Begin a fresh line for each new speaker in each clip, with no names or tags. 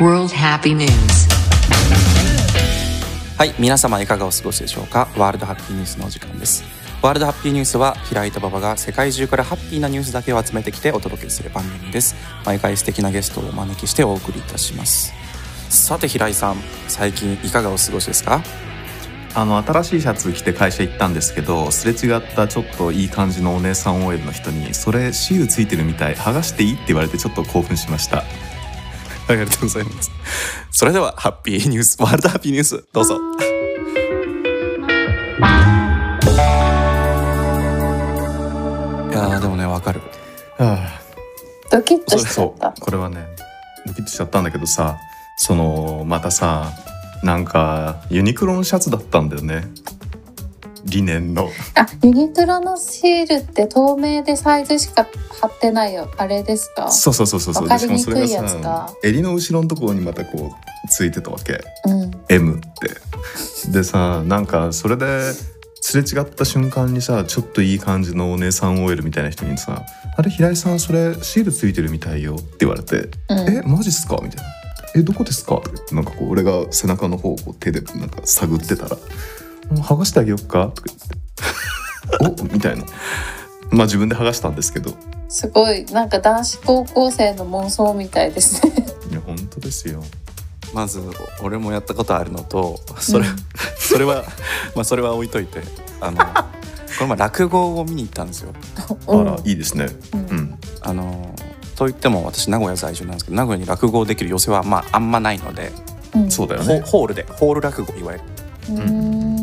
World Happy News.
はい皆様いかがお過ごしでしょうかワールドハッピーニュースのお時間ですワールドハッピーニュースは平井と馬場が世界中からハッピーなニュースだけを集めてきてお届けする番組です毎回素敵なゲストをお招きしてお送りいたしますさて平井さん最近いかがお過ごしですか
あの新しいシャツ着て会社行ったんですけどすれ違ったちょっといい感じのお姉さん OL の人に「それシールついてるみたい剥がしていい?」って言われてちょっと興奮しました
ありがとうございますそれではハッピーニュースワールドハッピーニュースどうぞいやーでもねわかる
あ
ドキッと
そう
しちゃっ
そ
た
うこれはねドキッとしちゃったんだけどさそのまたさなんかユニクロのシャツだったんだよねリネンの
あユニクロのシールって透明でサイズしか貼ってないよあれですか
そうそうそうそうそう
わかりにくい
で
やつ
さ
だ
襟の後ろのところにまたこうついてたわけ
うん、
M ってでさなんかそれですれ違った瞬間にさちょっといい感じのお姉さん OL みたいな人にさ「あれ平井さんそれシールついてるみたいよ」って言われて
う
「え
ん、
マジっすか?」みたいな「えどこですか?」ってなんかこう俺が背中の方をこう手でなんか探ってたら「もう剥がしてあげよっか?」とか言って「お みたいなまあ自分で剥がしたんですけどい
すごいなんか男子高校生の妄想みたいですね
や本当ですよ
まず俺もやったことあるのとそれ,、それはまあそれは置いといてあ のこの前落語を見に行ったんですよ。
あら、
うん
いいですね
うん
うん
あのといっても私名古屋在住なんですけど名古屋に落語をできる寄せはまああんまないので、
うん
そうだよ
ホ
ね
ホールでホール落語いわゆる
うー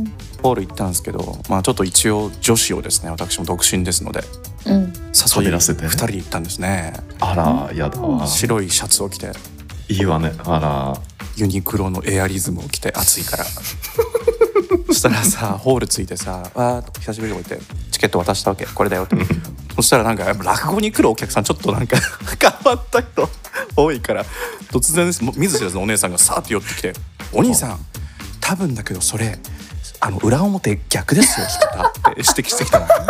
ん
ホール行ったんですけど、まあ、ちょっと一応女子をですね私も独身ですので
うん
誘い
旅らせて
2人で行ったんですね
あらやだわ
白いシャツを着て
いいわねあ
ユニクロのエアリズムを着て暑いからそしたらさ ホールついてさ「わーっと久しぶりに置いてチケット渡したわけこれだよ」ってそしたらなんかやっぱ落語に来るお客さんちょっとなんか 変わった人多いから突然ですもう見ず知らずのお姉さんがさーって寄ってきて「お兄さん多分だけどそれあの裏表逆ですよ」って指摘してきたの。で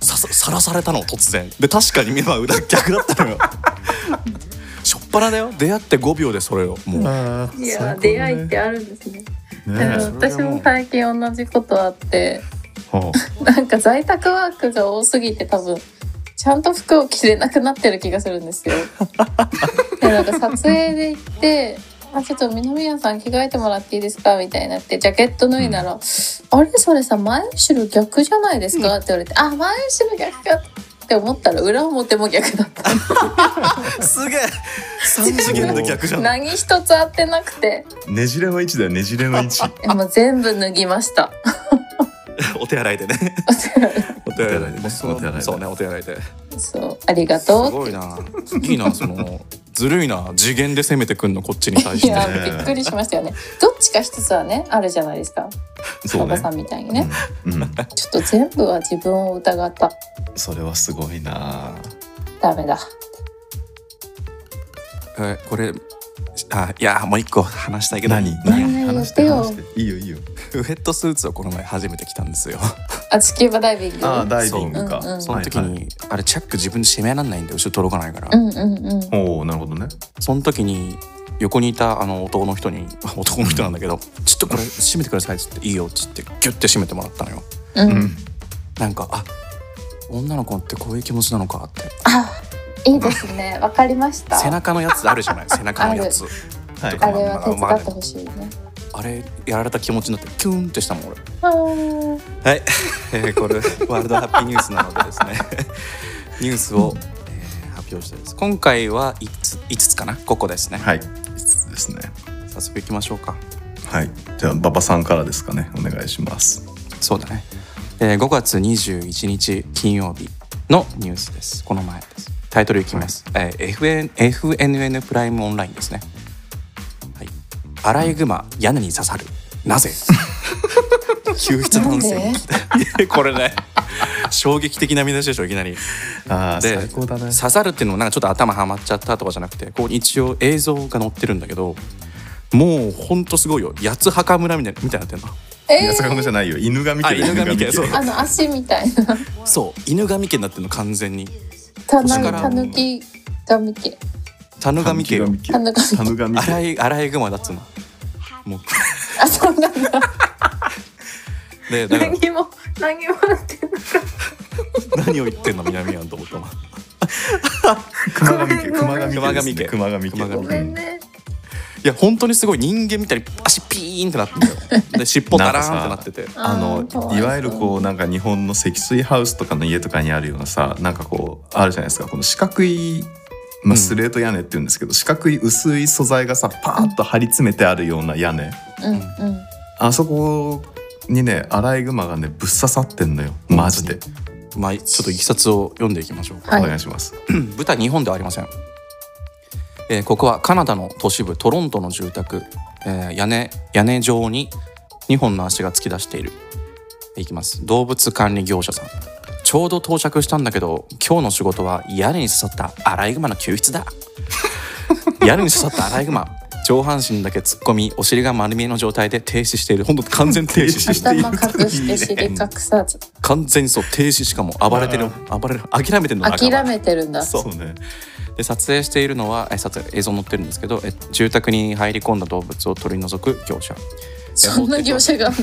ささらされたの突然で確かに今裏逆だったのよ。 しょっぱなだよ出会って5秒でそれをもう
ら
いや、出会いってあるんですね。
ね
でも
え
私も最近同じことあって、
は
なんか在宅ワークが多すぎて多分、ちゃんと服を着れなくなってる気がするんで すよ。で、なんか撮影で行って、あ、ちょっと南谷さん着替えてもらっていいですかみたいになって、ジャケット脱いだら、あれそれさ、前後ろ逆じゃないですかって言われて、あ、前後ろ逆かって思ったら裏表も逆だった。
すげえ三次元で逆じゃん
何一つ合ってなくて、
あねじれの位置だよねじれの位置
もう全部脱ぎま した。
お手洗いでね お手
洗 いでね
そう
お手洗いで
そうねお手洗いで
そう、ありが
す
とうって
ごいないいなそのずるいな次元で攻めてくんのこっちに対し
い
て
や
ね
びっくりしましたよね。どっちか一つはねあるじゃないですか。
そう
馬場
ね
さんみたいにね。
うん、うん
ちょっと全部は自分を疑った。
それはすごいな
ダメだ。
えこれあいやもう一個話したいけど
何
何
話して
言っ
話
て
し
よ
ていいよいいよ
ウエットスーツをこの前初めて着たんですよ
あ地球場ダイビング。
ああダイビングか
そううんうん
その時に、あれチャック自分で締めらんないんで後ろ届かないから、
うんうんうん。
おおなるほどね
その時に横にいたあの男の人に 男の人なんだけど「ちょっとこれ閉めてください」っつって「いいよ」っつってギュッて閉めてもらったのよ
う。
うんん
なんかあ女の子ってこういう気持ちなのかって
あいいですね。わかりました。
背中のやつあるじゃ ない背中のやつ
はい
あれは手伝ってほしいね。
あれやられた気持ちになってキュンってしたもん俺
あー
はい、 えーこれワールドハッピーニュースなので ですねニュースを、えー発表したいです今回は 5, 5つかな5個ですね、
はいですね
早速いきましょうか
はいじゃあ馬場さんからですかねお願いします
そうだね、えー5月21日金曜日のニュースですこの前ですタイトルいきます、えー FN FNN プライムオンラインですねはいアライグマ屋根に刺さるな ぜ救出男性これね衝撃的な見出しでしょいきなり
ああ
で
最高だね
刺さるっていうのもなんかちょっと頭はまっちゃったとかじゃなくてこう一応映像が載ってるんだけどもうほんとすごいよ八つ墓村みたいなみたいになってんの
いや
え
それもじゃないよ犬が見てる
あ犬が見てる
犬が見
ー、あの足みたいな。
そう犬神家になってるの完全に
たな
腰から
たぬき神家
タヌガミ家よ
狸
神家
タヌガミ
アラ
家
イアライグマだっつうのもう
あそうなんだ
でだから
何も何もなってない
何を言ってんの南アンと思ったの
熊神家
ご
熊
め
神家
ん
熊神家
熊神家
ごめんね
いや本当にすごい人間みたいに足ピーンってなってんだよで尻尾ダラーンってなってて
あ
ーかわ
の
そ
いわゆるこうなんか日本の積水ハウスとかの家とかにあるようなさなんかこうあるじゃないですかこの四角い、
う
ま
ん
あ、スレート屋根って言うんですけど、四角い薄い素材がさパーッと張り詰めてあるような屋根
うんうん
あそこにねアライグマがねぶっ刺さってんのよマジで、
まあちょっといきさつを読んでいきましょうか
はい
お願いします
舞台日本ではありません、えーここはカナダの都市部トロントの住宅、えー屋根屋根上に2本の足が突き出しているいきます動物管理業者さんちょうど到着したんだけど今日の仕事は屋根に刺さったアライグマの救出だ屋根に刺さったアライグマ上半身だけ突っ込みお尻が丸見えの状態で停止している本当完全停止している
している
頭隠して尻隠さず
完全にそう停止しかも暴れてる暴れる諦めてるの仲間
諦めてるんだ
そうね
で撮影しているのはえ撮影映像載ってるんですけどえ住宅に入り込んだ動物を取り除く業者
そんな業者がある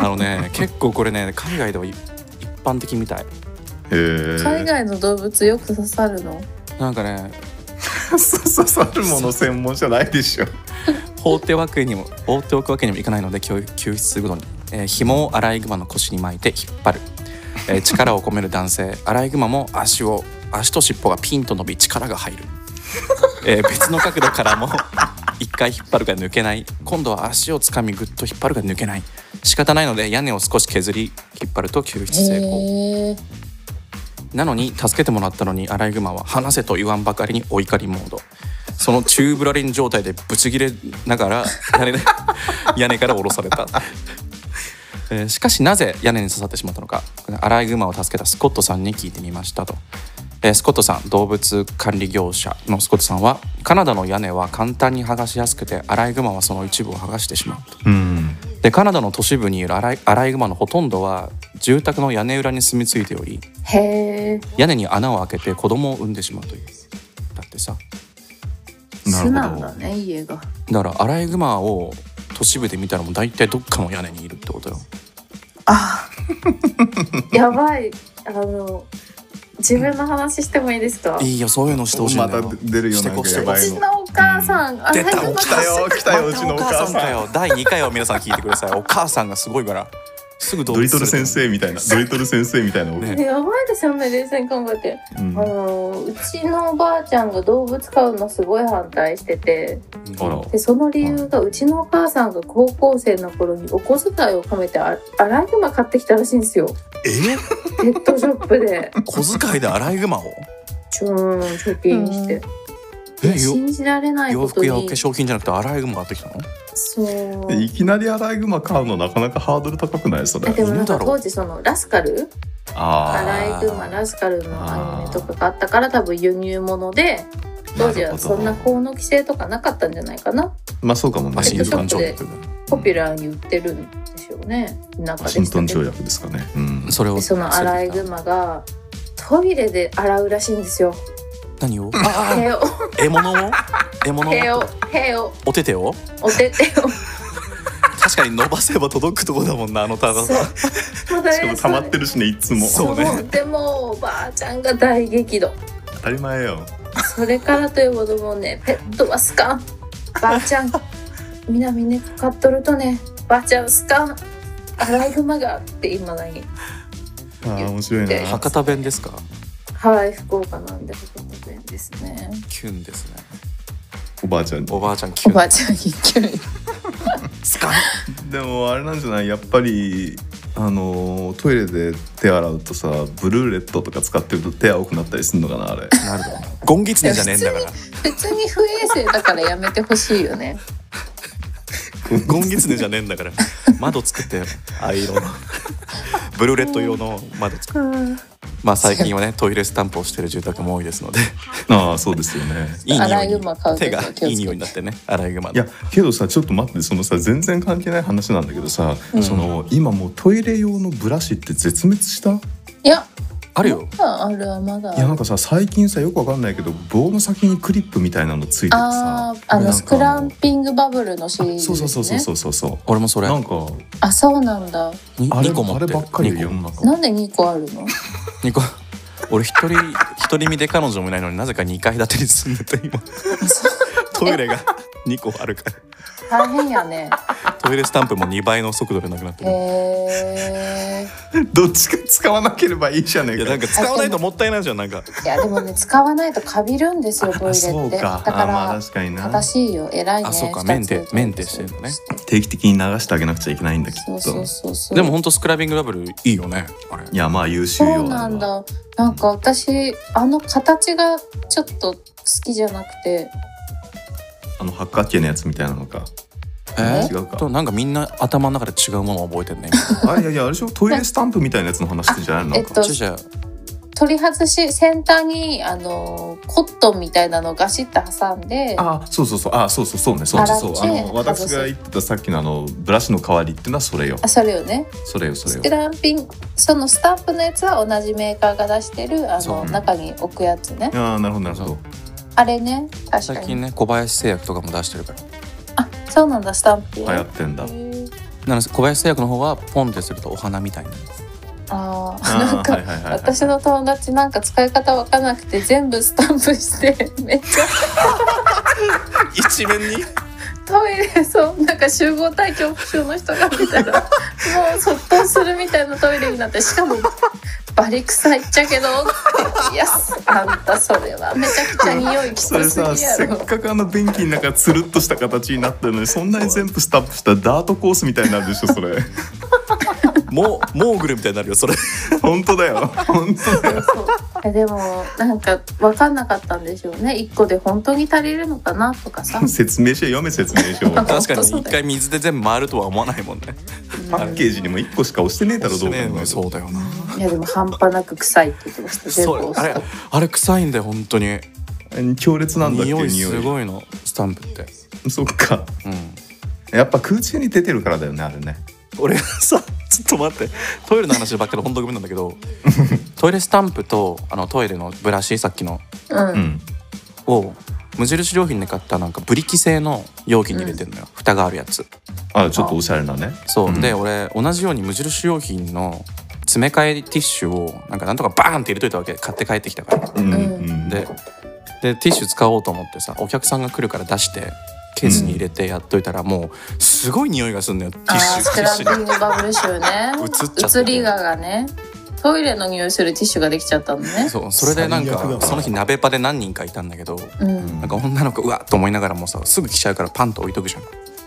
の
あのね結構これね海外ではい一般的みたい
へえ
海外の動物よく刺さるの
なんかね
刺さるもの専門じゃないでしょ
放っておくわけにも放っておくわけにもいかないので救救出するのに、えー紐をアライグマの腰に巻いて引っ張る、えー力を込める男性アライグマも足を足と尻尾がピンと伸び力が入る、えー別の角度からも 一回引っ張るが抜けない今度は足をつかみぐっと引っ張るが抜けない仕方ないので屋根を少し削り引っ張ると救出成功
へえ
なのに助けてもらったのにアライグマは離せと言わんばかりにお怒りモードそのチューブラリン状態でブチ切れながら 屋根で屋根から下ろされた、えーしかしなぜ屋根に刺さってしまったのかアライグマを助けたスコットさんに聞いてみましたと、えースコットさん動物管理業者のスコットさんはカナダの屋根は簡単に剥がしやすくてアライグマはその一部を剥がしてしまうと
うん
でカナダの都市部にいるアライアライグマのほとんどは住宅の屋根裏に住み着いており
へえ
屋根に穴を開けて子供を産んでしまうというだってさ
な
素
る
なん
ほど
だね家が
だからアライグマを都市部で見たらもう大体どっかの屋根にいるってことよ
あやばいあの自分の話してもいいですか
いいよそういうのしてほしいん
ま
だ
た
よ、
出るよ
して
なん
こ
か
して
や
こ
う
ばい
ち
の
のお母さん、あ
出た
最
起
後
きた
よ来たようちのお母さん
かよ第2回を皆さん聞いてくださいお母さんがすごいからすぐ動
ド
物
リトル先生みたいなドリトル先生みたいな、
ね
やばいですよね冷静に考えて、
うん
あのうちのおばあちゃんが動物飼うのすごい反対してて
あら
でその理由がうちのお母さんが高校生の頃にお小遣いをかめてあアライグマ買ってきたらしいんですよ
え
ペットショップで
小遣いでアライグマを
チューン貯金して
えよ
信じられない
洋
こと
服
に
やお化粧品じゃなくてアライグマ買ってきたの
そう
いきなりアライグマ買うのなかなかハードル高くないそれ
えでもなん
いるだ
か
ろう
当時そのラスカルアライグマ
あ
ラスカルのアニメとかがあったから多分輸入物で当時はそんな法の規制とかなかったんじゃないかな
まあそうかもね
マシン
ペッ
ル
ト
感
ショ
情
ップ
と
ポピュラーに売ってるんでしょうね中
ワ
で
シン
し
ト
た
ン条
ね
約ですかね、うん、
それを
でそのアライグマがトイレで洗うらしいんですよ
何をあ
手を
あ獲物を獲物
手を
を
手を
お手手を
お手手を
確かに伸ばせば届くとこだもんなあのタガ
そうまだ
しかも溜まってるしねいつも
そうね
でもおばあちゃんが大激怒
当たり前よ
それからというものもねペットは好かんばあちゃん南猫飼っとるとねばあちゃん好かんアライグマがって今だに
あー面白い
言っ
な
博多弁ですか
はい福岡なんで福岡弁ですね
キュンですね
おばあちゃん
おばあちゃんキュ
お
ン
ばあちゃん一級
スカン
でもあれなんじゃないやっぱりあのートイレで手洗うとさブルーレットとか使ってると手青くなったりするのかな あ
な
れ
るだろゴンギツネじゃねえんだから
別に不衛生だからやめてほしい よね
ゴンギツネじゃねえんだから窓作ってあ色 のブルーレット用の窓作ってまあ最近はねトイレスタンプをしてる住宅も多いですの で
ああそうですよね
いい
アラ
匂い
イグマ買う
に手
時は
が
気をつけて
いい匂いになってねアライグマの
いやけどさちょっと待ってそのさ全然関係ない話なんだけどさ、
うん
その今もうトイレ用のブラシって絶滅した
いや
あるよ
まだあるはまだあ
いやなん
る
かさ最近さよくわかんないけど棒の先にクリップみたいなのついててさ
あー
なんか
あのスクランピングバブルの CD です、
そ
ね、
うそうそうそうそうそうそ
俺もそうれ
なんか
あそうなんだ
に
あれ
2個持って
あればっかりよ
2
世
個
の中
なんで2個あるの
二個俺一人一人身で彼女もいないのになぜか2階建てに住んでて今トイレが2個あるか
大変 やね
らトイレスタンプも2倍の速度でなくなって
へ
る
え
どっちか使わなければいいじゃねえ
い
か
やなんか使わないともったいないじゃんなんか
いやでもね使わないとかびるんですよトイレって
そうか
だか
あーまあ
ら
確かにな
正しいよ偉いね
あそうか
二つ
メンテメンテしてるのね
定期的に流してあげなくちゃいけないんだけ
そうそ
ど
うそうそう
でもほんとスクラビングラブルいいよねあれ
いやまあ優秀よ
そうなんだなんか私あの形がちょっと好きじゃなくて
あの八角形のやつみたいなのか
え
違うか
となんかみんな頭の中で違うものを覚えてんね
あいやいやあれでしょトイレスタンプみたいなやつの話じゃないの
えっ
か
と
ちょちょ
取り外し先端にあのコットンみたいなのをガシッと挟んで
あそうそうそうあそうそうそうねそうそうそうあ
洗って
の私が言ってたさっきのあのブラシの代わりっていうのはそれよ
あそれよね
それよそ
ス
れ
ク
よ
ランピンそのスタンプのやつは同じメーカーが出してるあ
そう
の
うん
中に置くやつね
ああなるほどなるほど
あれね確か
最
に
近ね小林製薬とかも出してるから
あそうなんだスタンプ
流行ってんだ
なので小林製薬の方はポンってするとお花みたいになる
あー
あ
なん
ー
か、
はいはいはい
私の友達なんか使い方わかんなくて全部スタンプして めっちゃ
一面に
トイレそうなんか集合体恐怖症の人が見たらもう卒倒するみたいなトイレになってしかもバリ臭いっちゃけどいやあんたそれはめちゃくちゃ匂いきつ
それ
す
させ
ぎや
っ
ろ
かくあの便器の中つるっとした形になってるのにそんなに全部スタンプしたらダートコースみたいになるでしょそ れ
モーモーグルみたいになるよそれ
本当だよ本当だよ
そうえでもなんか分かんなかったんでしょうね1個で本当に足りるのかなとかさ
説明書読め説明書パ
確かに
そうだよ
一回水で全部回るとは思わないもんね
ッケージにも1個しか押してねえだろどう考えても
そうだよない
やでも半端なく臭いって言ってました全部
そうあ
押し
れ
た
あれ臭いんだよ本当に
強烈なんだっけ
匂
匂い
いすごいのスタンプって
そっか
うん
やっぱ空中に出てるからだよねあれね
俺がさちょっと待ってトイレの話ばっかりで本当ごめんなんだけ どトイレスタンプとあのトイレのブラシさっきの
うん、
うん
を無印良品で買ったなんかブリキ製の容器に入れてるのよ、蓋があるやつ
あちょっとおしゃれなね
そう、
うん
で俺同じように無印良品の詰め替えティッシュをなんかなんとかバーンって入れといたわけ買って帰ってきたから
うん
う
うん
ででティッシュ使おうと思ってさお客さんが来るから出してケースに入れてやっといたら、もうすごい匂いがするのよティ
あ
ッ
ー
シュ
ス
テ
ク
ィッシュに
ランピングバブル臭ね
移っちゃって
移りががねトイレの匂いするティッシュができちゃったのね
そうそれでなん
最悪だ
か
な
その日鍋パで何人かいたんだけど
うん
なんか女の子うわっと思いながらもさすぐ来ちゃうからパンと置いとくじ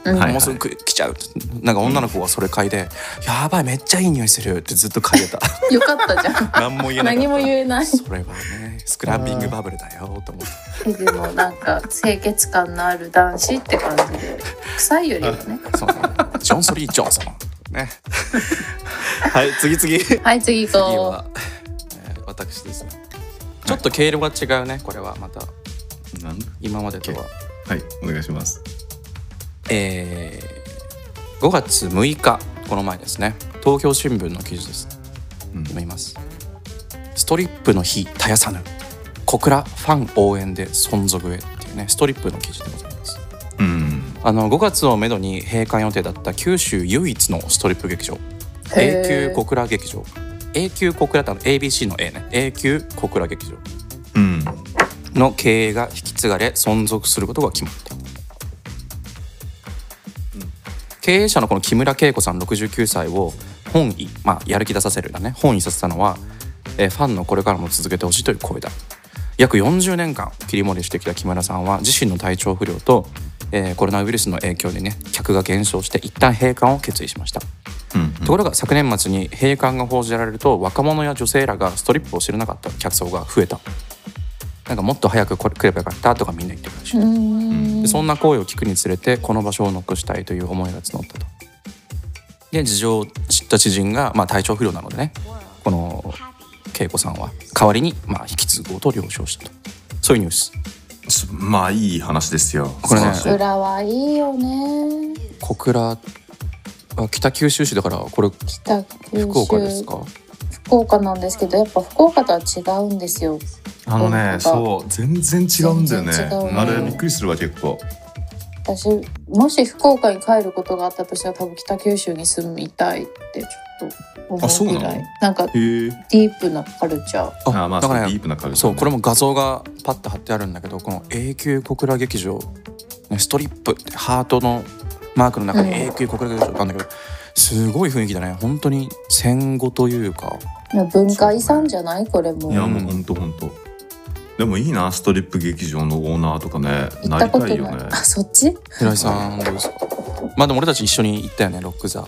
ゃん、
うん、
はい
もうすぐ来来ちゃうってなんか女の子はそれ嗅いで「やばいめっちゃいい匂いする」ってずっと嗅いでた
よかったじゃん
何も言えない
何も言えない
それはねスクランビングバブルだよと思って
えでもなんか清潔感のある男子って感じで臭いよりはね
そうねジョン・ソリー・ジョンソンねはい次次次
はい次行こ
は、えー私ですねちょっと毛色が違うねこれはまた
なんだ
今までとは
はいお願いします
えー5月6日この前ですね東京新聞の記事です
うん
読みますストリップの日絶やさぬ小倉ファン応援で存続へっていうねストリップの記事でございます
うん
あの5月をめどに閉館予定だった九州唯一のストリップ劇場
へー
A 級小倉劇場 A 級小倉ってあの ABC の A ね A 級小倉劇場
うん
の経営が引き継がれ存続することが決まった、経営者のこの木村恵子さん69歳を本意、まあ、やる気出させるだね本意させたのは、えーファンのこれからも続けてほしいという声だ約40年間切り盛りしてきた木村さんは自身の体調不良と、えーコロナウイルスの影響でね客が減少して一旦閉館を決意しました
うん
ところが昨年末に閉館が報じられると若者や女性らがストリップを知らなかった客層が増えたなんかもっと早くこれ来ればよかったとかみんな言ってるらしいう
うーん
でそんな声を聞くにつれてこの場所を残したいという思いが募ったとで事情を知った知人が、まあ、体調不良なのでねこの恵子さんは代わりに、まあ、引き継ごうと了承したとそういうニュース
すまあいい話ですよ
これね
素晴らし
裏はいいよね
小倉は北九州市だからこれ
北九州
福岡ですか
福岡なんですけどやっぱ福岡とは違うんですよ
あのね
そ
そう全然違うんだよね
全然違う
あれびっくりするわ結構
私もし福岡に帰ることがあったとしたら多分北九州に住みたいってちょっと
あそう
思う
な
ぐ
の
らいなんか
へえ
ディープなカルチャー
あまあ
だ
そ
か
う
ら
ディープな感じ
そうこれも画像がパッと貼ってあるんだけどこの永久小倉劇場ねストリップってハートのマークの中に
うん
永久小倉劇場ってあるんだけど、すごい雰囲気だね本当に戦後というか
いや文化遺産じゃないこれも
いや
ん
もうほんとほんとでもいいなストリップ劇場のオーナーとかね
行っ
な
た
り
こ
た
と
い
な
よ
い
ね
あそっち
平井さんどうですかまあでも俺たち一緒に行ったよねロック座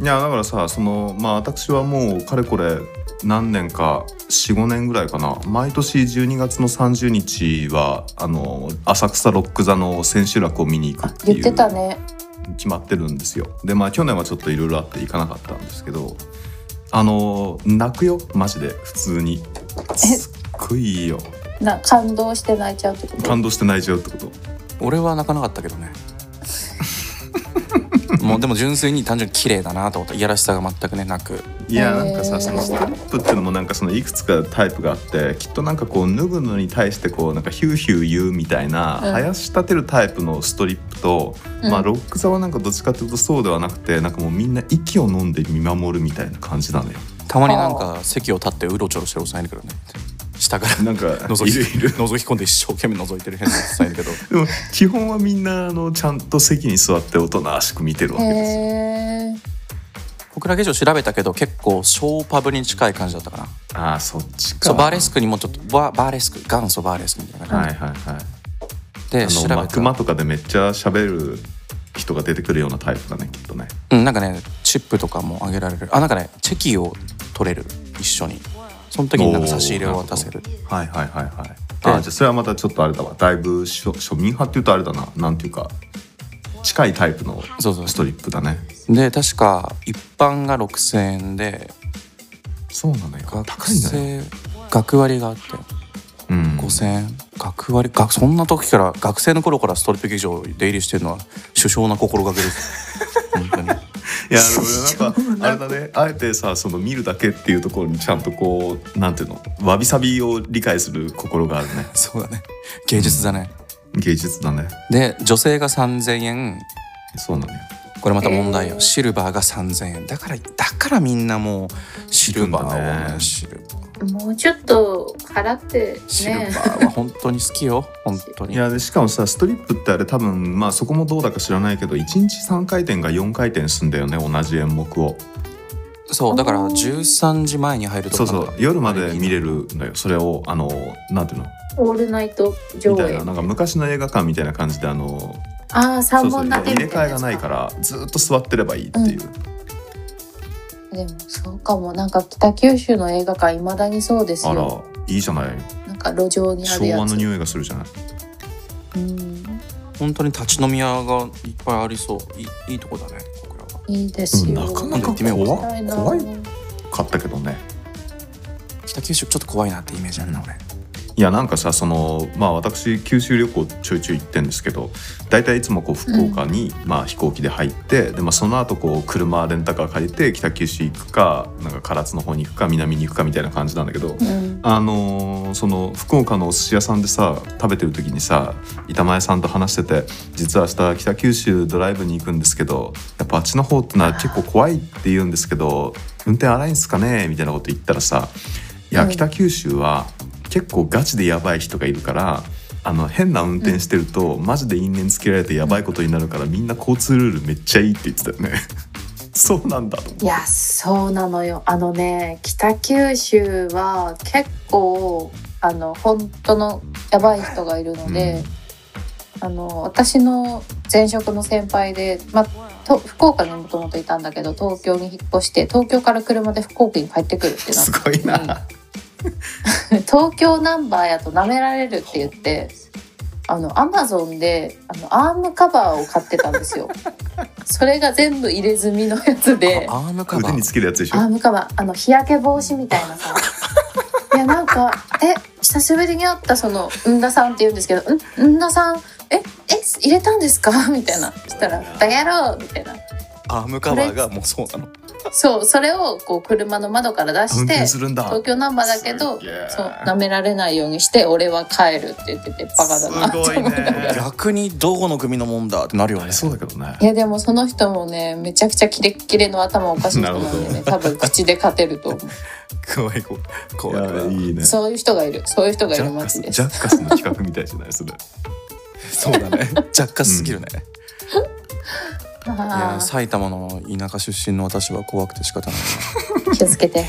いやだからさそのまあ私はもうかれこれ何年か45年ぐらいかな毎年12月の30日はあの浅草ロック座の千秋楽を見に行くって
言
い
っ
う
てたね
決まってるんですよでまあ去年はちょっといろいろあって行かなかったんですけどあの泣くよマジで普通にすっごいいいよ
な感動して泣いちゃうってこと
感動して泣いちゃうってこと
俺は泣かなかったけど ねもうでも純粋に単純に綺麗だなと思ったいやらしさが全くねなく
いや
へ
な
ー
んかさそのストリップっていうのもなんかそのいくつかタイプがあってきっとなんかこう脱ぐのに対してこうなんかヒューヒュー言うみたいな、
うん
生やし立てるタイプのストリップと、
うん
まあロック座はなんかどっちかっていうとそうではなくてなんかもうみんな息を飲んで見守るみたいな感じなのよ。
たまになんか席を立ってうろちょろしてるおっさんいるけどね下から
なんか
覗き
いるい
覗
る
き込んで一生懸命覗いてる変なおっさんいるけど
でも基本はみんなあのちゃんと席に座っておとなしく見てるわ
へ
けですよ。
え
小倉劇場調べたけど結構ショーパブに近い感じだったかな
ああそっちか。
そうバーレスクにもちょっとババーレスク元祖バーレスクみたいな
はい
感
はいはい。
じで、
あ
調べ
の
た
マクマとかでめっちゃ喋る人が出てくるようなタイプだねきっとね。
うん、なんかねチップとかもあげられるあなんかねチェキを取れる一緒にその時になんか差し入れを渡せる
はいはいはいはいあじゃあそれはまたちょっとあれだわだいぶ庶庶民派っていうとあれだななんていうか近いタイプの
そうそう
ストリップだね
で確か一般が6,000円で
そうなのよ
学
高いんだよ、
生学割があって
うん、
5,000円学割学そんな時から学生の頃からストリップ劇場出入りしてるのは首相な心がけです 本当に
いやでもなんかあれだねあえてさその見るだけっていうところにちゃんとこうなんていうのわびさびを理解する心があるね
そうだね芸術だね、
芸術だね
で女性が3,000円
そうなのよ
これまた問題よ、
えー
シルバーが3,000円だからだからみんなもうシルバーを、
ね
シルバー
もうちょっと払って
シルバ
ね
ーは本当に好きよ本当
い
に
やでしかもさストリップってあれ多分まあそこもどうだか知らないけど1日3回転が4回転すんだよね同じ演目を
そうだから
あー
13時前に入ると
そう
か
そう夜まで見れるのよそれをあのなんていうの
オールナイト上
みたい
映
ななんか昔の映画館みたいな感じであの
ああ
そ
三
うそう
本
入れ
立てみた
替え
い
が
な
ない
やつ
からずっと座ってればいいっていう、
でもそうかもなんか北九州の映画館いまだにそうです
あ
よ
らいいじゃない
なんか路上にある
昭
や
和の
つ
匂いがするじゃない
うん
本当に立ち飲み屋がいっぱいありそういいいいとこだねここらはい
いですよ
うんなか
なか
怖
行きたな
怖い買ったけどね
北九州ちょっと怖いなってイメージあるな俺
いやなんかさそのまあ私九州旅行ちょいちょい行ってんですけど大体いつもこう福岡に、まあ、飛行機で入ってで、まあ、その後こう車レンタカー借りて北九州行くかなんか唐津の方に行くか南に行くかみたいな感じなんだけど、
うん
あのーその福岡のお寿司屋さんでさ食べてる時にさ板前さんと話してて「実は明日北九州ドライブに行くんですけどやっぱあっちの方ってのは結構怖いって言うんですけど運転荒いんすかね?」みたいなこと言ったらさ「いや
うん
北九州は結構ガチでやばい人がいるから。あの変な運転してると、マジで因縁つけられてやばいことになるからみんな交通ルールめっちゃいいって言ってたよねそうなんだと思って
いやそうなのよあのね北九州は結構あの本当のやばい人がいるので、あの私の前職の先輩で、まあ、と福岡にもともといたんだけど東京に引っ越して東京から車で福岡に帰ってくるってなっ
すごいな、
うん東京ナンバーやと舐められるって言ってあのアマゾンであのアームカバーを買ってたんですよそれが全部入れ墨のやつで
あアームカバ
腕に
ー
つけるやつでしょ
アームカバーあの日焼け防止みたいなさいやなんかえ久しぶりに会ったそのうんださんって言うんですけど「うんうんださんええ入れたんですか?」みたいなそしたら「バカ野郎!」みたいな
アームカバーがもうそうなの
そうそれをこう車の窓から出
運
して
転するんだ
東京ナンバーだけど
すげえ
そう舐められないようにして俺は帰るって言っててバカだな
す
と
ご
思
い
いながら
ね
逆にどこの組のもんだってなるよね
そうだけどね
いやでもその人もねめちゃくちゃキレッキレの頭おかしい人なんで
なる
ね多分口で勝て ると思
怖い怖い
い
怖い
やいいね
うそういう人がいるそういう人がい
ジャ
る
ッカス
街で
ジ
す
ャッカスの企画みたいじゃない それ
そうだね若干すぎるね、い
あ
や
ー
埼玉の田舎出身の私は怖くて仕方ない
気をつけて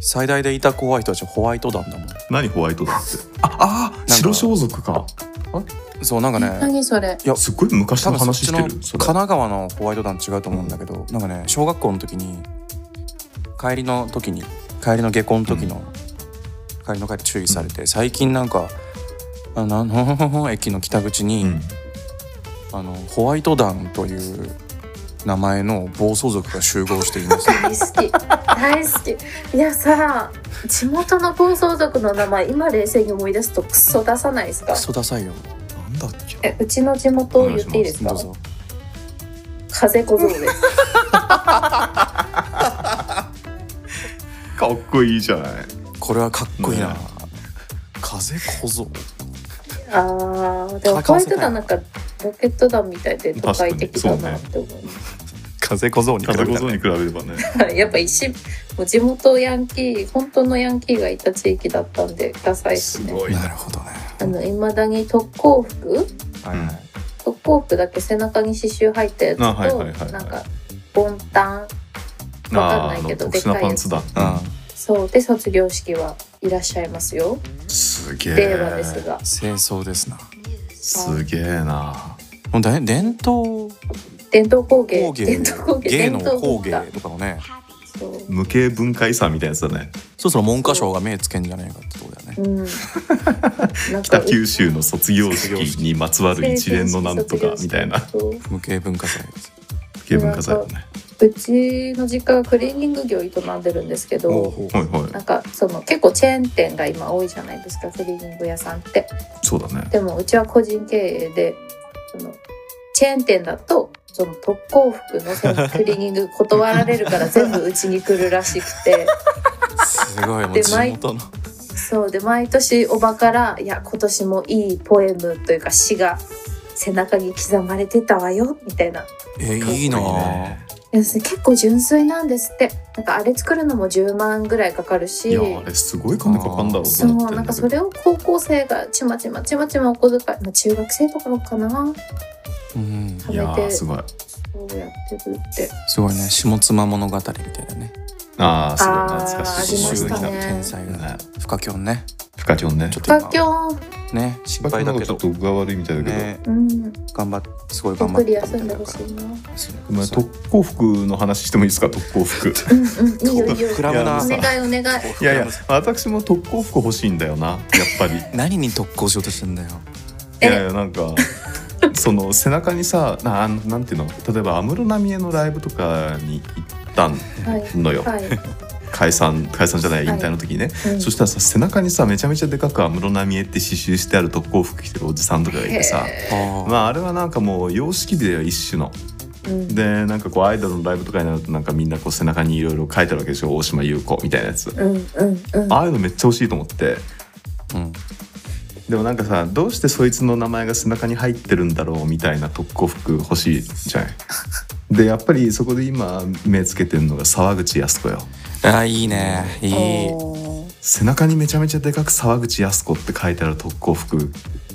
最大でいた怖い人たちホワイト団だもん
何ホワイトだってああ
か
白装束か
そうなんかね
何それ
いや
すっごい昔
多
の
分そっ
話
ち
し
の
てる
神
それ
奈川のホワイト団違うと思うんだけど、なんかね小学校の時に帰りの時に帰りの下校の時の、帰りの帰り注意されて、最近なんかあのの 駅の北口に、
うん
あのホワイト団という名前の暴走族が集合してい ます
大好き大好きいやさ地元の暴走族の名前今冷静に思い出すとクソ出さないですか
クソダサいよ
なんだっけ
えうちの地元を言っていいです
ど
か
うぞ
風小僧です
かっこいいじゃない
これはかっこいいな、
ね
風小僧
あーでもホワイト団なんかロケット団みたいで都会的だなって思う
風小僧に
風小僧に比べればね
やっぱ石もう地元ヤンキー本当のヤンキーがいた地域だったんでダサいし
す
ね
ごいね
なるほどね、
あの未だに特攻服
はいはい
特攻服だけ背中に刺繍入ったやつと、
あはいはいはいはい
なんかボンタンわかんないけど
あーあの特殊なパンツだ
うん
そうで卒業式はいらっしゃいますよ
すげえ
令和ですが、
清掃ですな
すげえな
もうだ伝統
伝統工芸
工芸
伝統工芸
芸の
伝統
工
文化
芸とかのね
そう
無形文化遺産みたいなやつだね
そろそろ文科省が目つけんじゃねえかってとこだよね
う んなんか
北九州の卒業式にまつわる一連のなんとかみたいな
そう
無形文化祭です
無形文化財だね
うちの実家はクリーニング業営んでるんですけど
はいは
なんかその結構チェーン店が今多いじゃないですかクリーニング屋さんって
いそうだね
でもうちは個人経営でそのチェーン店だとその特攻服のそのクリーニング断られる から全部うちに来るらしくて
すごいもう
で
地
毎
元の
そうで毎年おばから「いや今年もいいポエムというか詩が背中に刻まれてたわよ」みたいな
えいいなぁ
要するに結構純粋なんですってなんかあれ作るのも10万ぐらいかかる
い
し
やあれすごい金かかんだろうと
そう
思って
なん
んだ
かそ
けど
れを高校生がちまちまちまちまお小遣い、まあ、中学生とかかな
うん
貯
いや
めて
ーす
そう
ごい
やってるって
すごいね下妻物語みたいなね
ああすごい
あー
懐かしい
ありましたね
天才が
ね
フカキョンね
フカキョンね
ちょっと
楽器
今
を
ね心配だけ
ちょっ
ど
と具が悪いみたいだけど、
ね
うん
頑張ってすごい
ゆ
頑
っ
張
く
っ
り
て
休んでほしいな
お前特攻服の話してもいいですか特攻 服
うんうんいいよいいよ
クラ
お
ブな
さ
願いお願い
いやいや私も特攻服欲しいんだよなやっぱりい
何に特攻しようとしてんだよ
え
やいやなんかその背中にさなあのなんていうの例えば安室奈美恵のライブとかに行った
はい
のよ、
はい、
解散解散じゃない引
はい
退の時にね、
うん
そしたらさ背中にさめちゃめちゃでかく安室奈美恵って刺繍してある特攻服着てるおじさんとかがいてさ
へ
あ
まああれはなんかもう様式で一種の
うん
でなんかこうアイドルのライブとかになるとなんかみんなこう背中にいろいろ書いてあるわけでしょ大島優子みたいなやつ、
うんうんうん
ああいうのめっちゃ欲しいと思って
ーうん
でもなんかさどうしてそいつの名前が背中に入ってるんだろうみたいな特攻服欲しいじゃんでやっぱりそこで今目つけてるのが沢口靖子よ
あーいいねいい
おー
背中にめちゃめちゃでかく沢口靖子って書いてある特攻服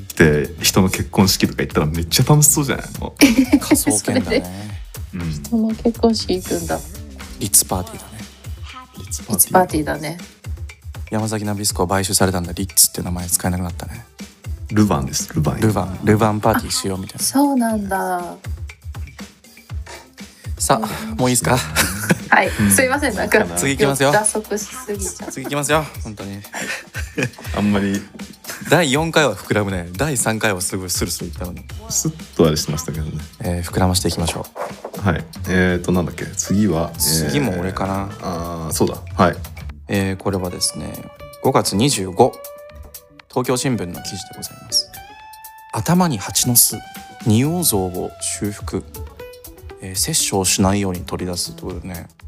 着て人の結婚式とか行ったらめっちゃ楽しそうじゃないの、
仮想圏だ
それで
ね
うん、
その結婚式行くんだ
リッツパーティーだね
パーパーティーだね
山崎ナビスコは買収されたんだリッツって名前使えなくなったね
ルヴァンですルヴァン
ルヴァンルヴァンパーティーしようみたいな
そうなんだ
さあもういいで すか
はい、すいませんなんか
次行きますよ
脱足しすぎちゃう
次いきますよ本当に
あんまり
第4回は膨らむね第3回はすごいスルスルいったのに、
スッとあれしてましたけどね
えー膨らましていきましょ
はいえーとなんだっけ次は
次も俺かな、
えーあーそうだはいう
えーこれはですね5月25東京新聞の記事でございます頭に蜂の巣仁王像を修復、えー、殺生しないように取り出すというね、え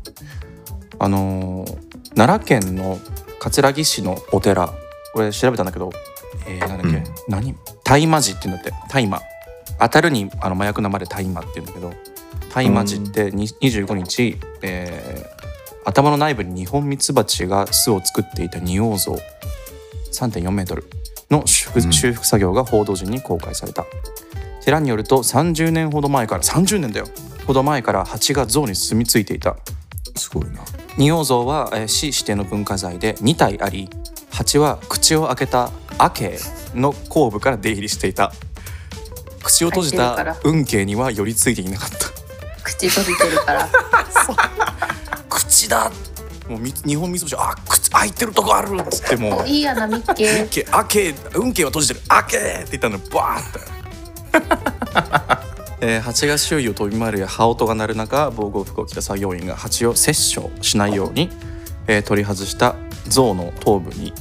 あのー奈良県の葛城市のお寺これ調べたんだけど、えー、なんだっけ、
うん
何大麻寺っていうんだって大麻当たるにあの麻薬のまで大麻っていうんだけど大麻寺ってに25日、えー頭の内部に日本ミツバチが巣を作っていた仁王像3.4メートルの修復,、
うん
修復作業が報道陣に公開された寺によると30年ほど前から30年だよほど前から蜂が像に住み着いていた
すごいな。
仁王像は、えー市指定の文化財で2体あり蜂は口を開けたアケの後部から出入りしていた口を閉じ
開いてる
た
か
運慶には寄りついていなかった
口閉じてる から。
口だもうみ日本三つ星あ口開いてるとこあるっつってもう
おいい穴見っけ。
け開け運慶は閉じてる開けって言ったのにバーンって。 えー蜂が周囲を飛び回るや羽音が鳴る中防護服を着た作業員が蜂を殺傷しないように、えー取り外した像の頭部に、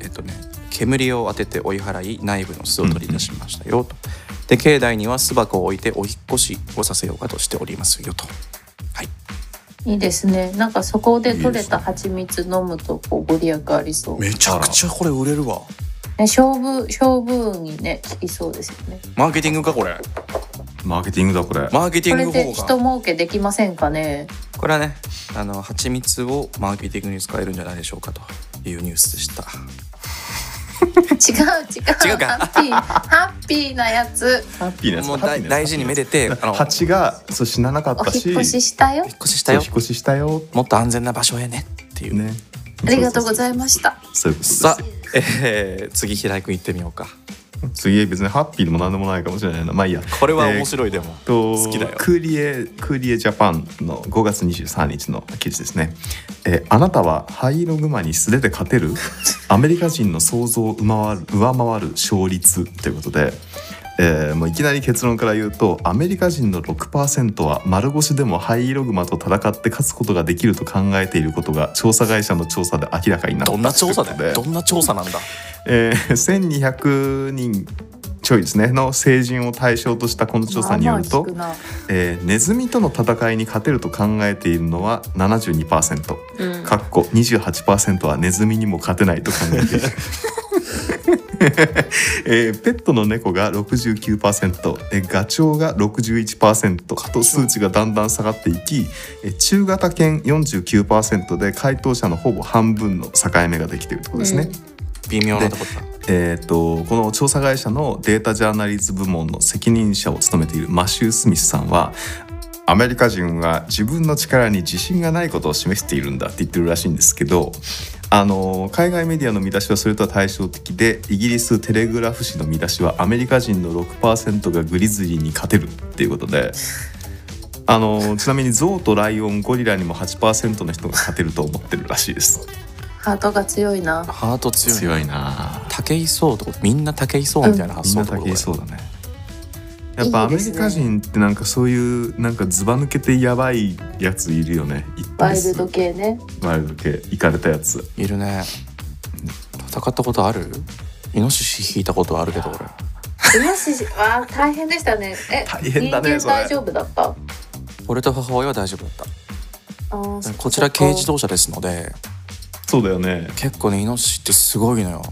えっとね、煙を当てて追い払い内部の巣を取り出しましたよと。で境内には巣箱を置いてお引っ越しをさせようかとしておりますよと。はい、
いいですね。なんかそこで取れた蜂蜜飲むとこうご利益ありそう。ね、
めちゃくちゃこれ売れるわ。
勝負勝負運にね効きそうですよね。
マーケティングかこれ。
マーケティングだこれ。
マーケティ
こ
ン
れ
グ
で
方法
人
が。
儲けできません かね。
これはねあの蜂蜜をマーケティングに使えるんじゃないでしょうかというニュースでした
違う違う。
違うか
ハ ッピーハッピーなやつ。
ハッピーなやつ
もう
ハッ
大
ピーなや
大
つ
事にめでてあの
蜂がそう死ななかっ
お
たし、
引っ越ししたよ
引っ。越しし
そ
た
う
よ
引っ越ししたよ。
もっと安全な場所へねっていう、
ね。
ありがとうございま
し
した。
た。そういうことです。
さあ、えー次平井君行ってみようか
次別にハッピーでも何でもないかもしれないな。まあいいや。
これは面白いでも、
と
好きだよ
クーリエクーリエジャパンの5月23日の記事ですね、えーあなたは灰色グマに素手で勝 てるアメリカ人の想像を上回る上回る勝率ということで、えーもういきなり結論から言うとアメリカ人の6%は丸腰でも灰色グマと戦って勝つことができると考えていることが調査会社の調査で明らかになった
どんな調査
と
だ
いう
よ
こと
どんな調査なんだ
えー、1200人ちょいですねの成人を対象としたこの調査によると、
まあまあ
えーネズミとの戦いに勝てると考えているのは72%
効くなうん
かっこ28%はネズミにも勝てないと考えている。 えーペットの猫が69%、えーガチョウが61%と数値がだんだん下がっていき、えー中型犬49%で回答者のほぼ半分の境目ができているところですね。
うん
微妙なとこだ
えー、とこの調査会社のデータジャーナリズム部門の責任者を務めているマシュー・スミスさんはアメリカ人は自分の力に自信がないことを示しているんだって言ってるらしいんですけどあの海外メディアの見出しはそれとは対照的でイギリステレグラフ紙の見出しはアメリカ人の6%がグリズリーに勝てるっていうことで。あのちなみにゾウとライオンゴリラにも8%の人が勝てると思ってるらしいです
ハートが強いな。
ハート強いね
いな
竹井壮とかみんな竹井壮みたいな発
み
想
んな
とか
竹井そうだねやっぱアメ
いい
リ
ですね
カ人ってなんかそういうなんかずば抜けてやばいやついるよね一
ワ
定
イ
数
ルド系ね。
ワイルド系行かれたやつ
いるね戦ったことあるイノシシ引いたことあるけど俺
イノシシは大変でしたね。え、
大変だね
人間大
それ
丈夫だった。あ
俺と母親は大丈夫だっ
ーそ
た
っか
こちら軽自動車ですので
そうだよね
結構ねイノシシってすごいのよ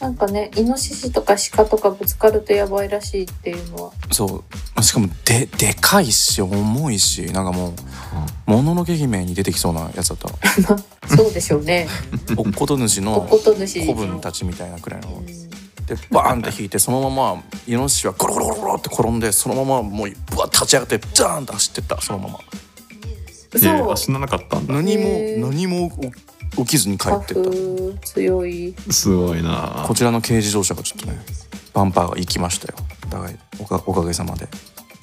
なんかね、イノシシとか鹿とかぶつかるとやばいらしいっていうのは。
そうしかもででかいし重いしなんかもう「もののけ姫」に出てきそうなやつだった
そうでしょ うね。
おっこと主
お
の
こと主。
子分たちみたいなくらいの
うん
でバーンって引いてそのままイノシシはゴロゴロゴロゴロって転んでそのままもうぶわっ立ち上がってジャーンって走ってったそのまま
えー
そう
あ。死ななかったんだ
何
へー
も何も起きずに帰
タ
ってった
フ強い。
すごいな
こちらの軽自動車がちょっとねバンパーが行きましたよお互いおかおかげさまで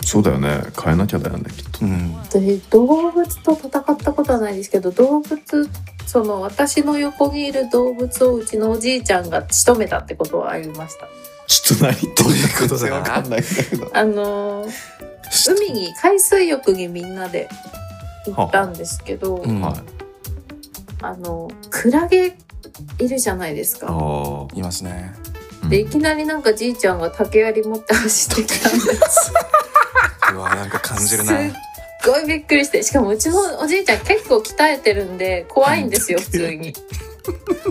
そうだよね変えなきゃだよねきっと
うん
私動物と戦ったことはないですけど、動物その私の横にいる動物をうちのおじいちゃんが仕留めたってことはありました。
ちょっと何言ってること
だかわかん
ないんだけど
あのー海に海水浴にみんなで行ったんですけど、
うん
はい
あのクラゲいるじゃないですか。
あ
いますね
あ
でいきなりなんかじいちゃんが竹槍持って走ってきたんです。
うわなんか感じる
すっ
な
ごいびっくりしてしかもうちのおじいちゃん結構鍛えてるんで怖いん ですよ普通に。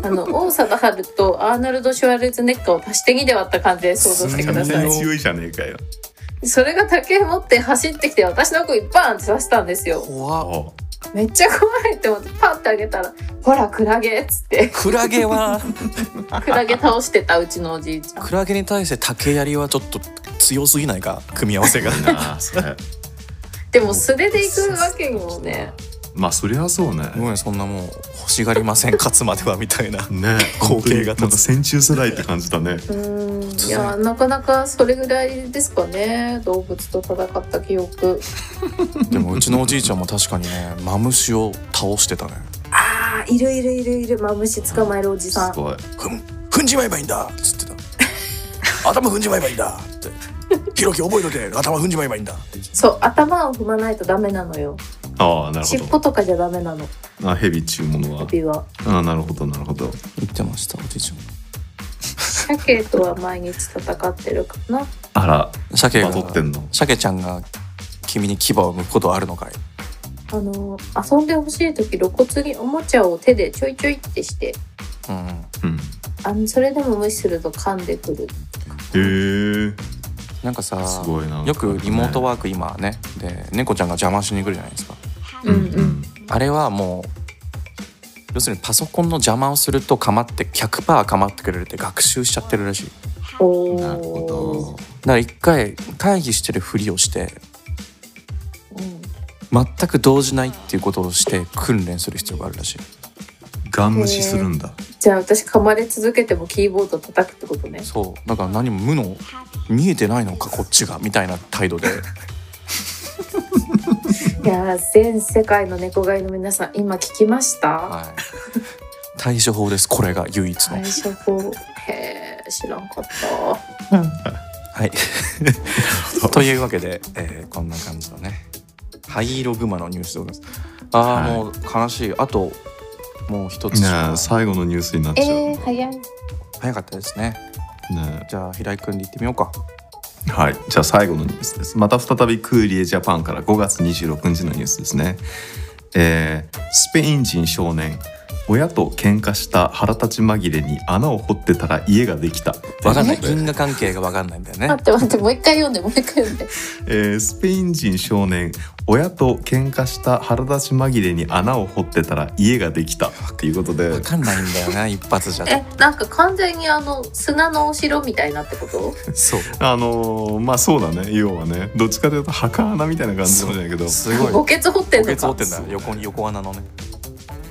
あの王貞治とアーノルド・シュワルツェネッカーを足して2で割った感じで想像してくださ
す
い
ごい
強いじゃねえかよ。
それが竹持って走ってきて私の子にバーンって刺したんですよ
怖っ
あ
めっちゃ怖いって思ってパンってあげたら「ほらクラゲ」っつって
クラゲは
クラゲ倒してたうちのおじいちゃん
クラゲに対して竹槍はちょっと強すぎないか組み合わせが
あなあそれ。
でも素手で行くわけにも ね
まあそりゃそうね。
ごめんそんなもう欲しがりません勝つまではみたいな
ね
光景が立つ
なんか戦中世代って感じ だね。
うーんいやなかなかそれぐらいですかね動物と戦った記憶
でもうちのおじいちゃんも確かにねマムシを倒してたね
あーいるいるいるいるマムシ捕まえるおじ
す
さん
ごい。
ふん踏んじまえばいいんだっつってた頭踏んじまえばいいんだってひろき覚えとけ頭踏んじまえばいいんだって
そう頭を踏まないとダメなのよ
ああなる
尻
ほ
尾とかじゃダメなの
ど。あヘビっちゅうものは。
首は
ああなるほどなるほど。
言ってましたおじいち
鮭とは毎日戦ってるかな
あら
ゃん鮭が
バトってんの。
鮭ちゃんが君に牙を剥くことあるのかい
あの遊んでほしい時露骨におもちゃを手でちょいちょいってして
うん
うん。
あのそれでも無視すると噛んでくる
へえ
なんかさ
すごいな。
よくリモートワーク今ねで猫ちゃんが邪魔しに来るじゃないですか
うんうん
あれはもう要するにパソコンの邪魔をすると構って100%構ってくれるって学習しちゃってるらしいだ
おー
なるほ
か
ど。
ら一回会議してるふりをして
うん
全く動じないっていうことをして訓練する必要があるらしい
ガン無視するんだ。
じゃあ私噛まれ続けてもキーボード叩くってことね
そうだから何も無の見えてないのかこっちがみたいな態度で
いやー全世界の猫飼いの皆さん今聞きました
はい対処法ですこれが唯一の
対処法へえ知らんかった
はいというわけで、えーこんな感じのね灰色グマのニュースでございますああ、
はい
もう悲しいあともう一つしか
ねえ最後のニュースになっちゃう。
えー、早い
早かったですね
ねえ
じゃあ平井君で行ってみようか
はい、じゃあ最後のニュースです。また再びクーリエジャパンから5月26日のニュースですね。えースペイン人少年親と喧嘩した腹立ち紛れに穴を掘ってたら家ができた。
わかんない
ということ
因
で
果関係がわかんないんだよね
待って待ってもう一回読んでもう一回読んで
えースペイン人少年親と喧嘩した腹立ち紛れに穴を掘ってたら家ができたっていうこと
わ
で。
かんないんだよね一発じゃ
えなんか完全にあの砂のお城みたいなってこと
そう
あのーまあそうだね要はねどっちかというと墓穴みたいな感じかもしれないけど
すごい
墓穴掘ってん
墓
の
穴
か
掘ってんだよ横に横穴のね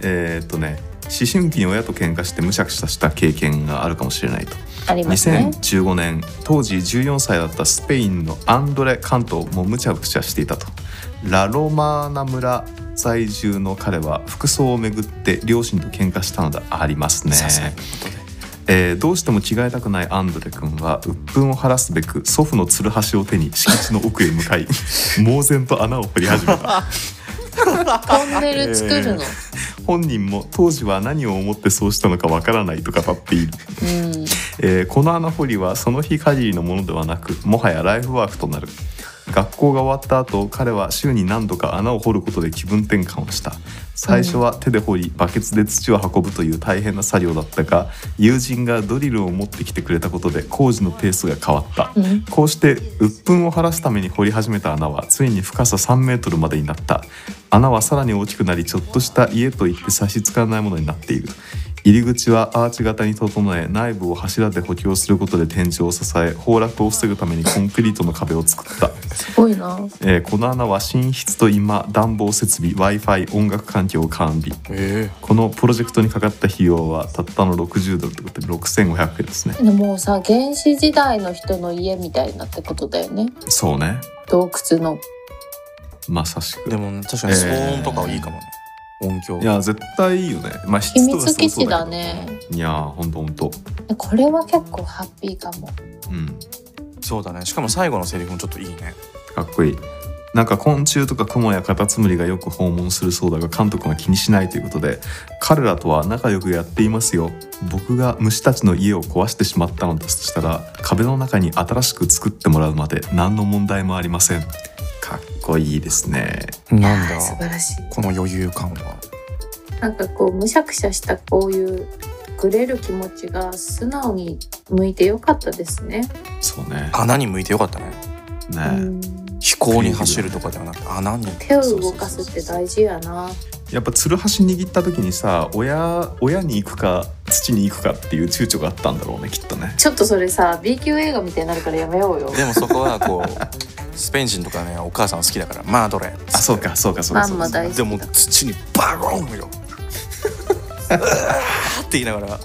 えーっとね思春期に親と喧嘩してむしゃくしゃした経験があるかもしれないと
ありますね
2015年当時14歳だったスペインのアンドレ・カントもむちゃくちゃしていたとラロマーナ村在住の彼は服装をめぐって両親と喧嘩したのでありますね
些細なことで
えーどうしても着替えたくないアンドレ君は鬱憤を晴らすべく祖父のつるはしを手に敷地の奥へ向 かい猛然と穴を掘り始めた
トンネル作るの、
本人も当時は何を思ってそうしたのかわからないと語っている、
うん
えーこの穴掘りはその日限りのものではなくもはやライフワークとなる学校が終わった後彼は週に何度か穴を掘ることで気分転換をした最初は手で掘りバケツで土を運ぶという大変な作業だったが友人がドリルを持ってきてくれたことで工事のペースが変わった、
うん
こうして鬱憤を晴らすために掘り始めた穴はついに深さ3メートルまでになった穴はさらに大きくなりちょっとした家といって差し支えないものになっている入り口はアーチ型に整え内部を柱で補強することで天井を支え崩落を防ぐためにコンクリートの壁を作った
すごいな
えーこの穴は寝室と今暖房設備 w i f i 音楽環境を完備
え
このプロジェクトにかかった費用はたったの60ドルってことで6500円ですね
でもうさ原始時代の人の家みたいなってことだよね
そうね
洞窟の
まさし
え
く
でもね確かに騒音とかはいいかもね、音響
いや絶対いいよねまあ
秘
湿度が
密
すご
基
そう
地だ
けど
ね
いやーほんとほんと
これは結構ハッピーかも
うん
そうだねしかも最後のセリフもちょっといいね
かっこいいなんか昆虫とかクモやカタツムリがよく訪問するそうだが監督が気にしないということで彼らとは仲良くやっていますよ僕が虫たちの家を壊してしまったのだとしたら壁の中に新しく作ってもらうまで何の問題もありませんかっこいいですね。
なんだ
素晴らしい
この余裕感は
なんかこうむしゃくしゃしたこういうぐれる気持ちが素直に向いてよかったですね。
そうね。
穴に向いてよかったね
う
ね、
ん
飛行に走るとかではなくて穴に
手を動かすって大事やな。
やっぱつるはし握った時にさ、親親に行くか土に行くかっていう躊躇があったんだろうね、きっとね。
ちょっとそれさ B 級映画みたいになるからやめようよ。
でもそこはこう スペイン人とかねお母さん好きだからまあどれ
あ、そうか、そうか、そうか。
まんま大好き
でも土にバロンようわーって言いながら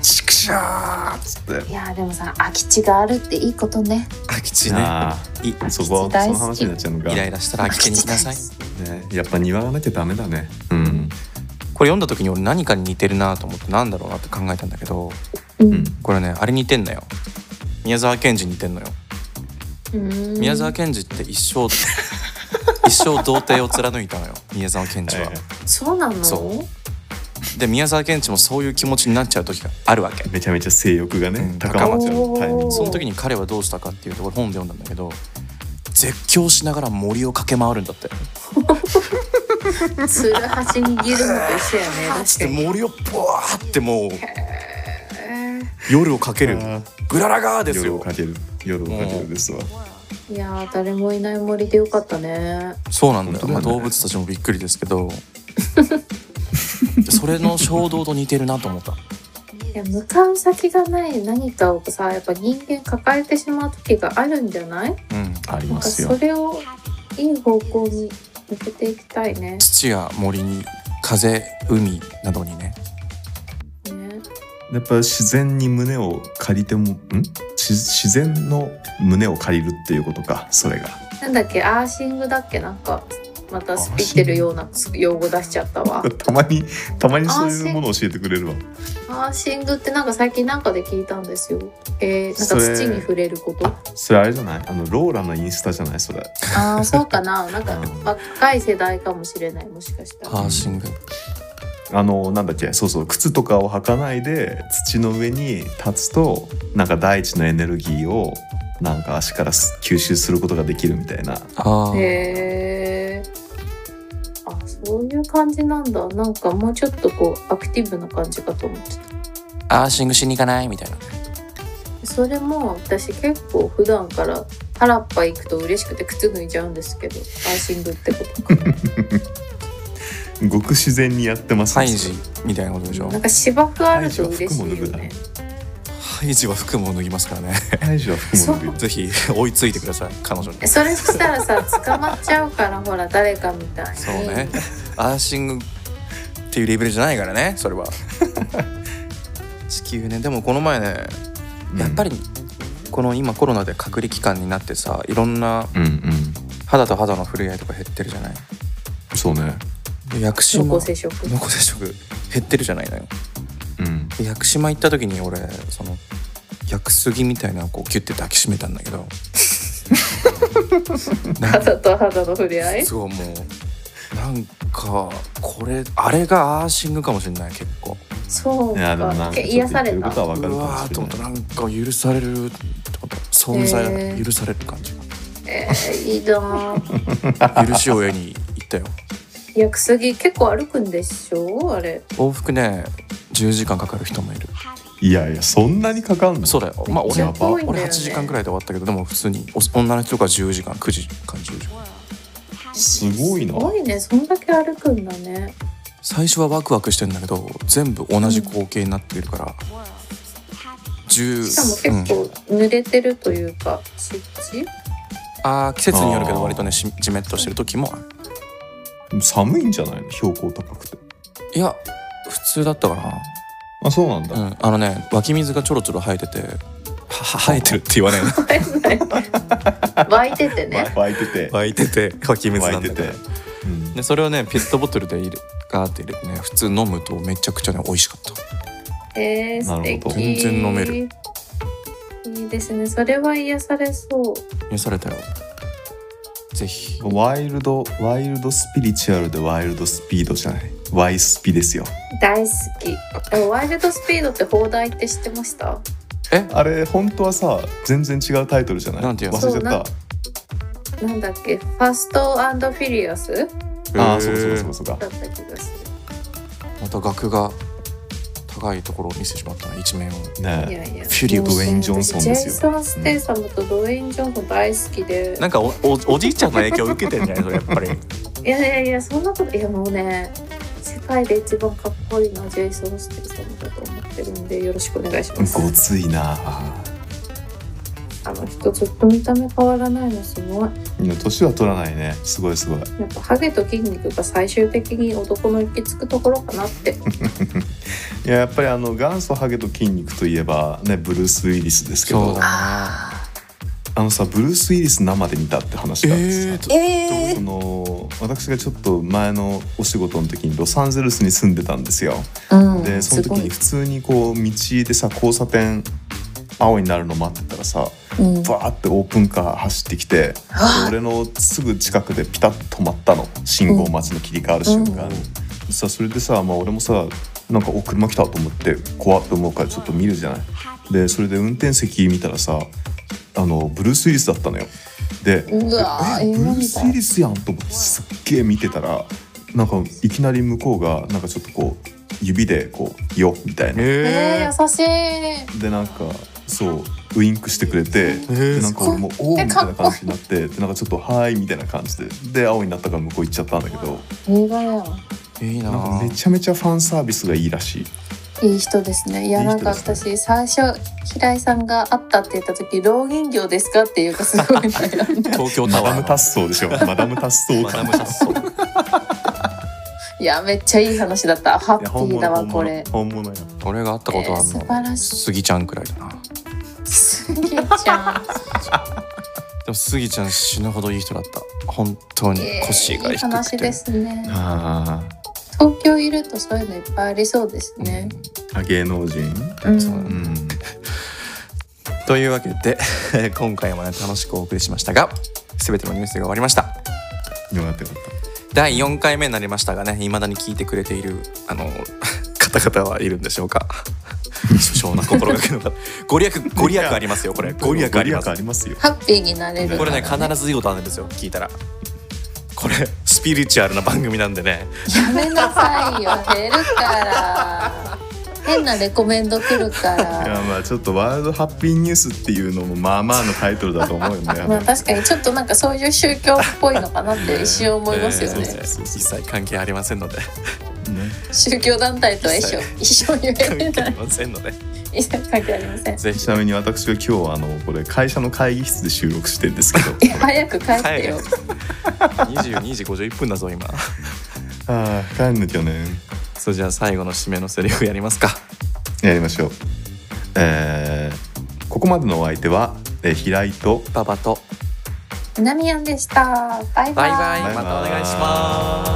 ちくしゃーっつって
いやーでもさ空き地があるっていいことね。
空き
そ
地
うそう
ね
あ
い
ーそこ
空き地
は
大
そ
好
の話
き
になっちゃうのか。
イライラしたら空き地に行きなさい
ね、やっぱ庭がなきゃダメだね。うん。
これ読んだ時に俺何かに似てるなと思ってなんだろうなって考えたんだけど
う
うん
ん。
これねあれ似てんのよ宮沢賢治に似てんのよ
うん
宮沢賢治って一 生一生童貞を貫いたのよ宮沢賢治は、
はい
そうなの？
そで宮沢賢治もそういう気持ちになっちゃう時があるわけ
めちゃめちゃ性欲がね、
うん
高まっちゃうタイミング
おー
その時に彼はどうしたかっていうところ本で読んだんだけど絶叫しながら森を駆け回るんだって
つるはし握るのと一緒やね。確か
で
に。
森をブワーってもう
え
夜を駆ける
あー
グララガーです
夜を
よ
かける夜をかけるですわ。
ーいやー誰もいない森でよかったね。
そうなんだ
本当
よ、
だ
ま
よ
あ、
ね
動物たちもびっくりですけどそれの衝動と似てるなと思った
いや向かう先がない何かをさやっぱ人間抱えてしまう時があるんじゃない
うん
あり
なん
ま
か
す
そ
よ。
れをいい方向に向けていきたいね。
土や森に風海などにね
ね
やっぱ自然に胸を借りても、んし自然の胸を借りるっていうことか、それが。
なんだっけアーシングだっけなんかまたスピってるような用語出しちゃった わ。
たまに、たまにそういうものを教えてくれるわ。
アーシングってなんか最近なんかで聞いたんですよ。えー、なんか土に触れること。
それあれじゃないあの、ローラのインスタじゃないそれ。
ああそうかな。なんか
うん
若い世代かもしれないもしかしたら。
アーシング
あの、なんだっけそうそう、靴とかを履かないで、土の上に立つと、なんか大地のエネルギーを、なんか足からす吸収することができるみたいな。
ああ、
へえ。あそういう感じなんだ。なんかもうちょっとこうアクティブな感じかと思ってた。
アーシングしに行かないみたいな
それも私結構普段から原っぱ行くと嬉しくて靴脱いじゃうんですけどアーシングってことか
ごく自然にやってます
ハ
ね
イジみたいなことでしょ
なんか芝生あると嬉しいよね
ハイジは服も脱ぎますからね
ハイジは服も脱ぐよ
ぜひ追いついてください彼女に
それしたらさ捕まっちゃうからほら誰かみたいに
そう ねアーシングっていうレベルじゃないからねそれ は地球ねでもこの前ねやっぱりこの今コロナで隔離期間になってさいろんな
うんうん
肌と肌の触れ合いとか減ってるじゃない
そうね
で屋久島
濃厚接触
濃厚接触減ってるじゃないのよ
うん
で屋久島行った時に俺その屋久杉みたいなのをこうキュッて抱きしめたんだけどなんか
肌と肌の触れ合い
すごいもうなんかこれあれがアーシングかもしれない結構
そう
いやでもな
か
んかちょ
癒
っと言
さ
って
れ
る
た
ことはわかる
う
か
わ
も
ー
し
と
れ
思っ
な
た
い
なんか許されるってこと存在
へ
が
ー
許される感じが
えー、いいなぁ
許しを得に行ったよ
屋久杉結構歩くんでしょあれ
往復ね10時間かかる人もいる
いやいやそんなにかかんの
そうだよまあ俺
めっちゃ遠いんだよね
俺8時間くらいで終わったけどでも普通にお女の人が10時間9時間10時間
すごい
す
な
ごいねそんだけ歩くんだね
最初はワクワクしてんだけど全部同じ光景になっているから10
しかも結
うん
構濡れてるというか湿地
あー季節によるけど割とねしじめっとしてる時もある
寒いんじゃないの標高高くて
いや普通だったかな
あそうなんだ、
うん、あのね湧き水がちょろちょろ生えててはは生えてるって言わないの
湧いてて
わ
ね
湧いてて
湧いてて湧き水
湧
ないんだ
て
け
て
ど、でそれをねペットボトルで入れガーって入れてね普通飲むとめちゃくちゃね美味しかった
えー、
な
素
るほ
敵
ど
全然飲める
いいですねそれは癒されそう
癒されたよぜひ
うんワイルドワイルドスピリチュアルでワイルドスピードじゃないワイスピですよ
大好きでもワイルドスピードって放題って知ってました
あれ本当はさ全然違うタイトルじゃない
なんていう
忘
の
れちゃっ
そうな
た
なんだっけファストフィリアスだっ
ああそうかそうかそうかそうか
た気がす
また額が高いところを見せてしまったな一面を
るい
ね
やいや
フュリオ
ドウェインジョンソンですよ
ジェイソン・ステイサムとドウェイン・ジョンソン大好きで、
なんかおおおじいちゃんの影響を受けてんじゃないそれやっぱり
いやいやいやそんなこといやもうね世界で一番かっこいいのはジェイソン・ステイサムだと思ってるんでよろしくお願いし
え
ます
ごついな
あの人ずっと見た目変わらないのすごい
いや年は取らないねすごいすごい
やっぱハゲと筋肉が最終的に男の行き着くところかなって
いややっぱりあの元祖ハゲと筋肉といえばねブルース・ウィリスですけ
そう
ど
だな
あのさブルース・ウィリス生で見たって話があってさ、
えーと
え
その私がちょっと前のお仕事の時にロサンゼルスに住んでたんですよ
うん
でその時に普通にこう道でさ交差点青になるの待ってたらさ
うん
バーってオープンカー走ってきてで
あ
俺のすぐ近くでピタッと止まったの信号待ちに切り替わる瞬間に、さそれでさ、まあ、俺もさなんかお車来たと思って怖って思うからちょっと見るじゃないでそれで運転席見たらさあのブルース・ウィリスだったのよで
うわ
え
映
ブル
画
ー
み
ス・
た
ウィ
い
リスやんと思ってすっげえ見てたらなんかいきなり向こうがなんかちょっとこう指でこう「よ」みたいな
え
え
ー、優しい
でなんかそうウインクしてくれて
ー
でなんか俺も「おお」みたい
え
な
かっこいい
感じになってでなんかちょっと「はーい」みたいな感じでで青になったから向こう行っちゃったんだけど
映画やん
ー、いいな
なんかめちゃめちゃファンサービスがいいらしい
いい人ですね。いや
いい
な
人
んか
ですね
私最初平井さんが会ったって言った時「老人形ですか?」っていうかすごい悩んだ
東京タ
マ
ワ
ダ
ー
ム
の
達走 でしょマダム達走
マダ
感
ムタッソ
いやめっちゃいい話だったハッ
い
ピ
や本
ー
物
だわ
本
こ
物
れ
本物や
俺が会ったことある
えー
の、
素晴らしい
スギちゃんくらいだなです
げえちゃん
もスギちゃん死ぬほどいい人だった本当に
えー
腰が低
いい
くて
話ですね
あ
東京いるとそういうのいっぱいありそうですね、
あ芸能人
うん
そう
うん
というわけで 今回もね楽しくお送りしましたが全てのニュースが終わりました
よかったよかった
第4回目になりましたがね未だに聞いてくれているあの 方々はいるんでしょうか殊勝な心がけの方ご利益ご利益ありますよこれご利益あります
ご利益ありますよ
ハッピーになれる
これね必ずいいことあるんですよ聞いたらこれスピリチュアルな番組なんでね
やめなさいよ減るから変なレコメンド来るか
い
ら
やまあちょっとワールドハッピーニュースっていうのもまあまあのタイトルだと思うよ ね。
まあ確かにちょっとなんかそういう宗教っぽいのかなって一瞬思いますよ
え
ね
ーそうです一切関係ありませんので
ね
宗教団体とは一緒一緒に言え
関係
な
あり
い
ませんので
一切関係ありません
ぜひ
ちなみに私は今日はあのこれ会社の会議室で収録してるんですけど
いや早く帰ってよ、
22時51分だぞ 今
ああ帰んなきゃね
それじゃあ最後の締めのセリフやりますか
やりましょう、えーここまでのお相手は、えー平井と
パパと
南アンでしたバイ
バ
バイ
イバイ
バイバイ
またお願いします